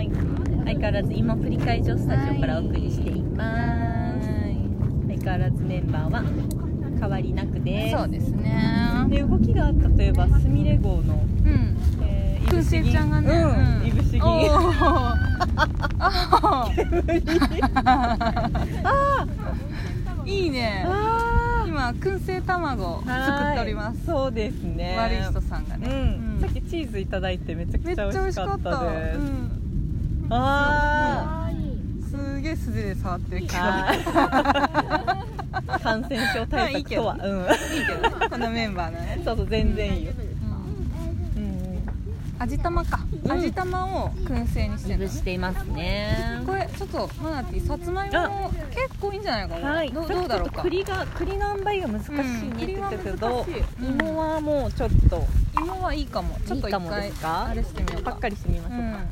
変わらず今振り会場スタジオからお送りしていはます、ー相変わらずメンバーは変わりなくいですそうですねで動きがあったといえばスミレ号の、うんえー燻製ちゃんがねうんうんいぶし銀おーあーいいねあー今燻製卵作っておりますはいそうですね悪い人さんがね、うん、うんさっきチーズいただいてめちゃめくっちちゃゃ美美味味ししかかっったたですうんあすげえ素手で触ってるけーどあー 感染症対策とは、まうん、いいけどこのメンバーなね、そうそう全然いいよ、うん、うん味玉か、味玉を燻製にしいてるのぶねしていますねこれちょっとマナティーさつまいも結構いいんじゃないかな、はい、どうどうだちょっろうとか栗が栗の塩梅が難しいねって言ってたけど、うん栗は難しいうん芋はもうちょっと芋はいいかもちょっといい一かも回ですかあれしてみようパかッカリしてみましうょうか、ん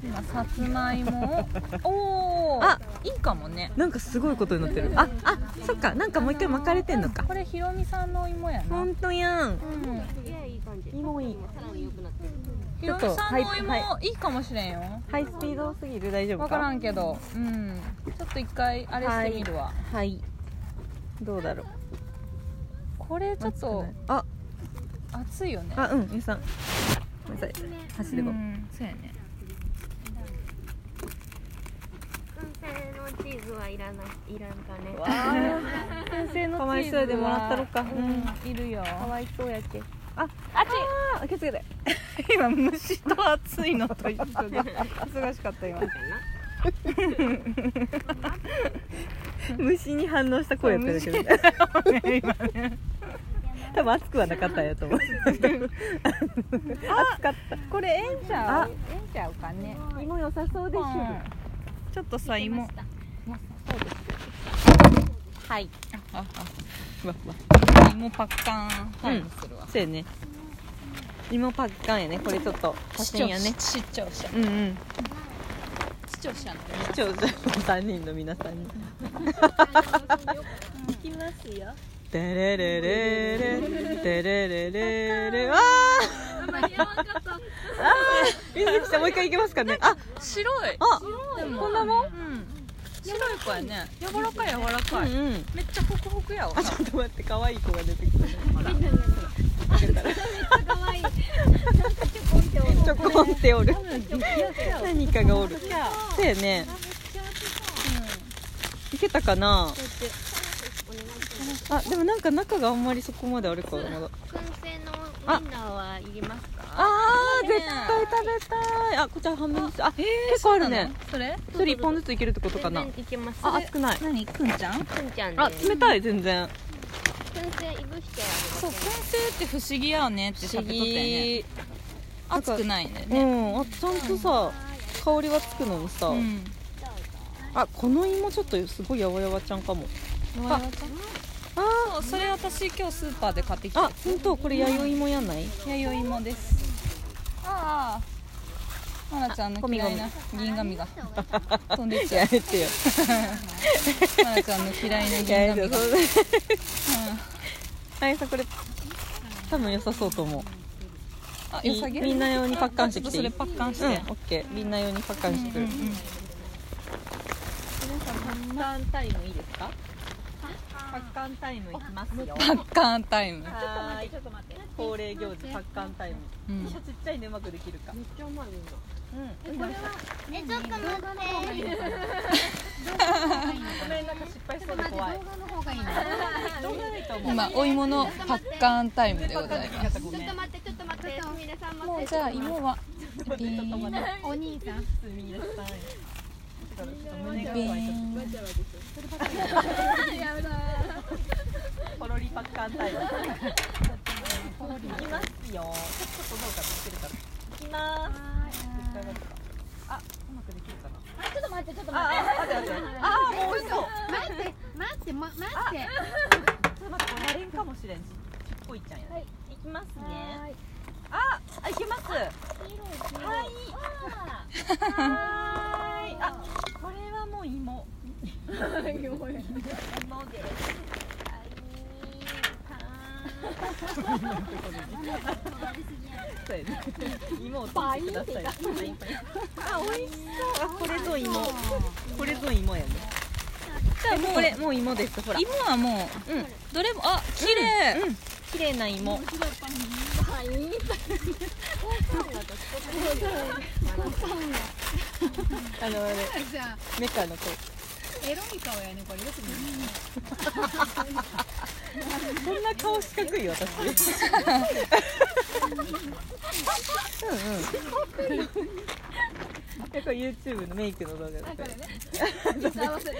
今さつまいもを おおあいいかもねなんかすごいことになってるああそっかなんかもう一回巻かれてんのうかこれひろみさんの芋やな、本当やんうん芋いいひちょろっみとさんの芋、はいいい、かもしれんよハイスピードすぎる大丈夫か分からんけどうんちょっと一回あれしてみるわ、はいどうだろうこれちょっとあ熱いよねあうんゆうさんごめんなさい箸でごうめんんそうやねチーズはいらない、いらんかね。わー燻製のチーズはかわいそうやでもらったろか、うんうんいるよかわいそうやけああっちあー気をつ けて今虫と暑いのと一 緒で忙しかった今虫に反応した声やったんだけど多分熱くはなかったんやと思う熱かっこれええんちゃうええんちゃうかねた芋良さそうでしょちょっとさ芋はいあわわあ芋パッカンタイムするわ、そうやね芋パッカンやねこれちょっと写視聴真や者ね視聴者うんうん視聴者の視聴者3人の皆さんにいきますよ。テレレレレテレレレレわあ、間に合わんかった。ー水木さんもう一回いけますかねあ白いあこんなもん、うん、白い子やね柔らかい柔らかい、うんうんめっちゃホクホクやわあちょっと待って可愛い子が出てくる可愛い。なんかちょこちょこんって思んっておる何かがおるそうやねいけたかなあでもなんか中があんまりそこまであるからまだ燻製のウインナーはいりますか。あーね絶対食べたいあこちら半分ずつあ結構あそうるなのねそれ一人一本ずついけるってことかな全然いけます。あ熱くない何くんちゃんくんちゃんあです。冷たい全然燻製いぶしてあそう燻製って不思議やわねって不喋思っとったよね議熱くないねうね、んあちゃんとさ香りはつくのにさうん、あこの芋ちょっとすごいやわやわちゃんかもああそうそれ私今日スーパーで買ってきーあた本当これ弥生芋やない弥生芋ですああまなちゃんの嫌いなあ銀紙が飛んでっちゃやうめてよまなちゃんの嫌 いな銀やめて よ紙が、そうん、れあゆさんこれ多分良さそうと思うあよさげみんな用にパッカンしてちょきってといそいれパッカンして、うん、オッケーみんな用にパッカンしてくる、うんうんうんパッカンタイムいいですかパッカンタイムいきますよパッカンタイム、はーいちょっと待って恒例行事パッカンタイムうん一緒ちっちゃいねうまくできるかめっちゃうまいうんうんげ。ね、ちょっと待って。ごめんなんか失敗しそうで怖い動画ないと思う今お芋のパッカンタイムでございますごちょめっんと待って、ちょっと待って。すみれさんも待うって。じゃあ芋はちょっと待ってお兄さんすみれさんだからちょっと胸がビ弱いちょっとーンポロリパッカンタイム。いきますよ。ちょっとどうかできるかな。いきまーす。出来上がるかあ、うまくできるかな。あちょっと待ってちょっと待あ、あ、待って待って。あー、もう美味しそう。って待って待ってま待ってちょっと待って、これやれんかもしれん。ちっこいちゃんやね。はいい、きますはね。あ、あ、いけます。はい。はーい。あ、これはもう芋。芋です。はい。はーい。そうや ね芋を取ってくださいあ美味しそうあこれぞ芋これぞ芋やねじゃあもうこれもう芋ですほら芋はもう、うんどれもあ綺麗、うん綺麗な芋あのあれじゃあメカの子エロい顔やねこれよく見るこんな顔四角いよ私 うんうんこれ YouTube のメイクの動画だったよね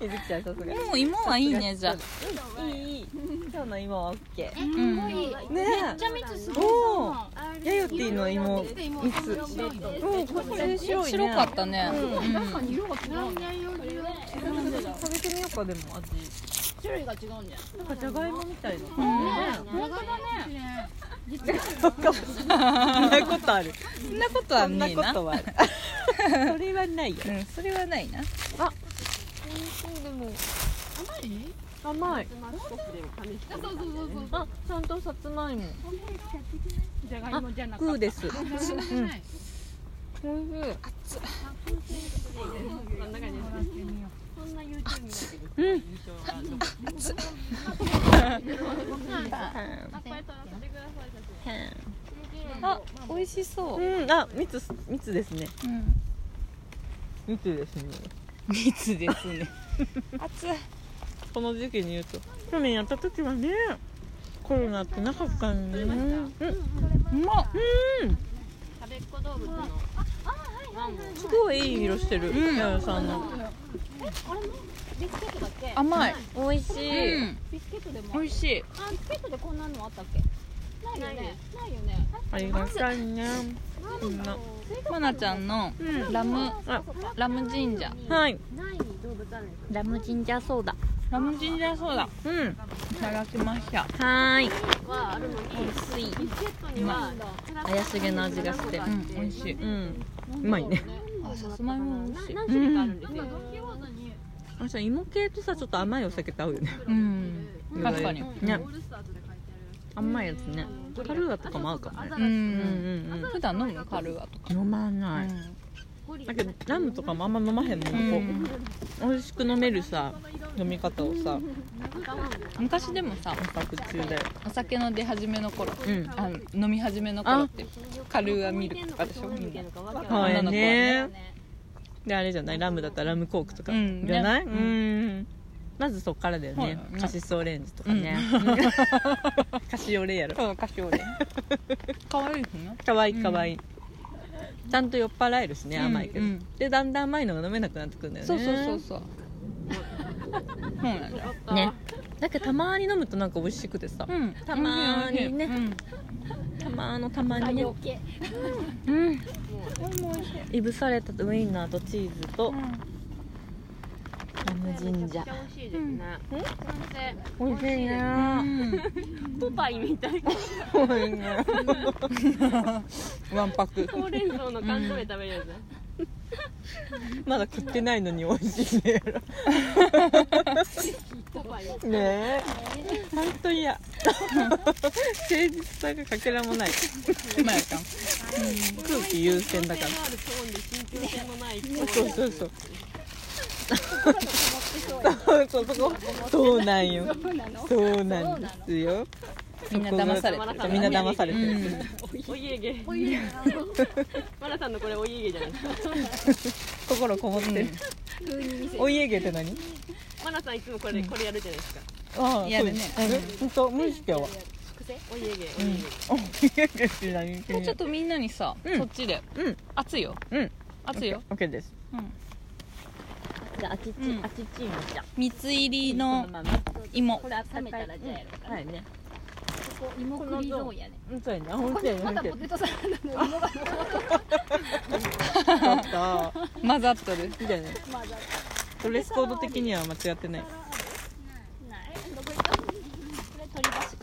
いずきちゃんさすがもう芋はいいねじゃあうんいいいい今日の芋はオッケーえすごねいめっちゃ蜜すおおごヤヨティの芋い芋三つ白いのうんこれ白いね白かったね、うんうんなんでよりは食べてみようかでも味種類が違うんじゃなんかじゃがいもみたいなない本当だねそうかもしれないそんなことあるそんなことそはんなねえこなとはあるそれはないようんそれはないなでも甘い甘いそうそうそうそうあちゃんとさつまいもじゃがいもじゃなグーですじゃがいもじゃないおいしいそんな YouTube 見う、これ撮らせてくださいあ美味しそうんあ、蜜す、蜜ですね。うん蜜ですね。蜜ですね熱いこの時期に言うと。去年やった時はね。コロナってなかったんでね。うん、うまっ食べっ子動物のすごいいい色してる。うんヤヨさんの。ビスケットだっけ甘い、美味しい。うん、ビスケットでも美味しいあビスケットでこんなのあったっけないよねないよねありがたいね。こんな。まなちゃんのうんラムあ、ラムジンジャーはい。ない動物あるんですラムジンジャーソーダ。ラムジンジャーソーダうん。いただきましたはーい。はあるのに薄い。ビスケットには怪しげな味がしてうん美味しいうん。うまいね。あさつまいも美味しい何種類かあるんですよあ、じゃ、芋系とさ、ちょっと甘いお酒と合うよね。うん確かにね。甘いやつね。カルーアとかも合うかもねう。うんうんんうん。普段飲むカルアとか飲まない、だけどラムとかもあんま飲まへんもん、うんこう美味しく飲めるさ飲み方をさ昔でもさ模索中でお酒の出始めの頃うんあの飲み始めの頃ってカルーアミルクとかでしょみんなそうや女の子はねであれじゃないラムだったらラムコークとか、うんじゃない、ねうんまずそっからだよそうねやねカシスオレンジとかね、 カシオレやろそうカシオレ可愛いですねかわいいかわいい、ちゃんと酔っ払えるしねうん甘いけど、うんでだんだん甘いのが飲めなくなってくるんだよねそうそうそうそうそうなんだよねだけどたまに飲むとなんか美味しくてさ、うんたまーにねうんたまのたまにねうんいぶされたウインナーとチーズとラムジンジャー美味しいですね美味しいねポパイみた いな美味しい ねワンパクほうれん草の缶詰食べるやつまだ食ってないのに美味しい ねポパイねえほんと嫌誠実さがかけらもないまやちゃん空気優先だかあるトーンで信憑性のないらそうそうそうそう そうそこそうなんよそうなんですよみんな騙されてるみんな騙されてる、お家芸マラさんのこれお家芸じゃないですか心こもってる、お家芸って何マナさんいつもこれ、これやるじゃないですか。ああやるねそうですほんと無意識やわお家芸、うんお家芸って何もうちょっとみんなにさ、うんそっちで、うん熱いようん熱いよ、 OK ですうん、じゃああちちうんあちチームじゃ蜜入りののまま芋これ温めたらじゃあやろうはいね芋栗ゾーンやねうんそうやね本当やねま本た当やポテトサラダの芋がねちょっ混ざっとるといいじゃないドレスコード的には間違ってない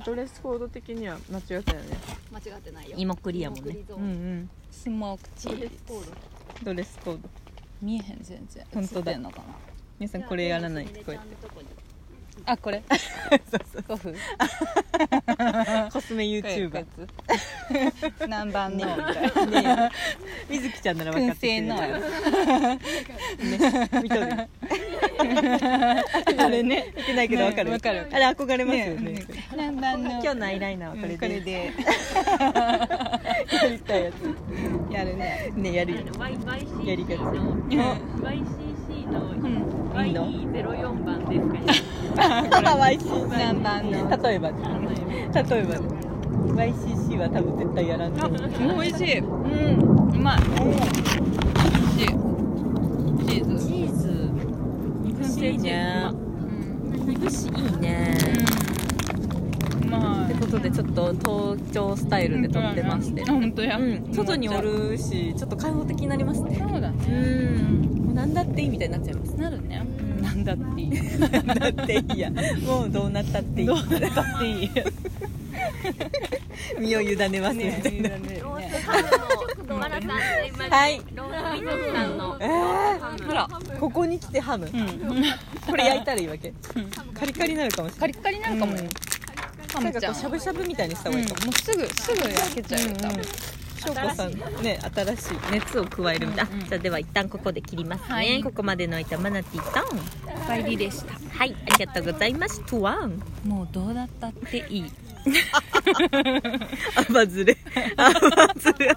ドレスコード的には間違ってないね間違ってないよ芋クリアもねうんうんスモークチーズドレスコード見えへん全然本当だ映ってんのかな皆さんこ れやらないとこうやっあこれ てそうそう5分すめ YouTuber 何番の ねえみずきちゃんなら分か燻ってくれる製のやね見とるあれね見てないけど分かる,、ねわかるわかあれ憧れつますよね何番の今日のアイライナーはうこれんで,、これでやりたい ややるねつねや るよ Y- やり YCC 方のうん YCC のうんいいの YE04 番ですかね何番の YCC 例えばね例えばね YCC は多分絶対やらんと思う美味しいうんうんうまい美味しいチーズチーズいぶしいいねうんいぶしいいねうまっていことでちょっと東京スタイルで撮ってましてあ本当やうん、外におるしちょっと開放的になりますねそうだうねんもう何だっていいみたいになっちゃいますなるねなんだっていいなんだっていいやもうどうなったっていいどうなったっていい 身を委ねますみ たいな、ロースハムのマナさんで今はいロース水木さんのえハムほらー、ここに来てハム、うんこれ焼いたらいいわけカリカリになるかもしれなカいリッカリなのかもうよんハなんかムちゃこんうしゃぶしゃぶみたいにした方うがんいいもかも、うすぐすぐ焼けちゃうよ多分翔子さんね新しい熱を加えるみたいな、うんうんあじゃあでは一旦ここで切りますね、はいここまでの間マナティータン帰りでしたはいありがとうございますトワンもうどうだったって いいアバズレアバズレ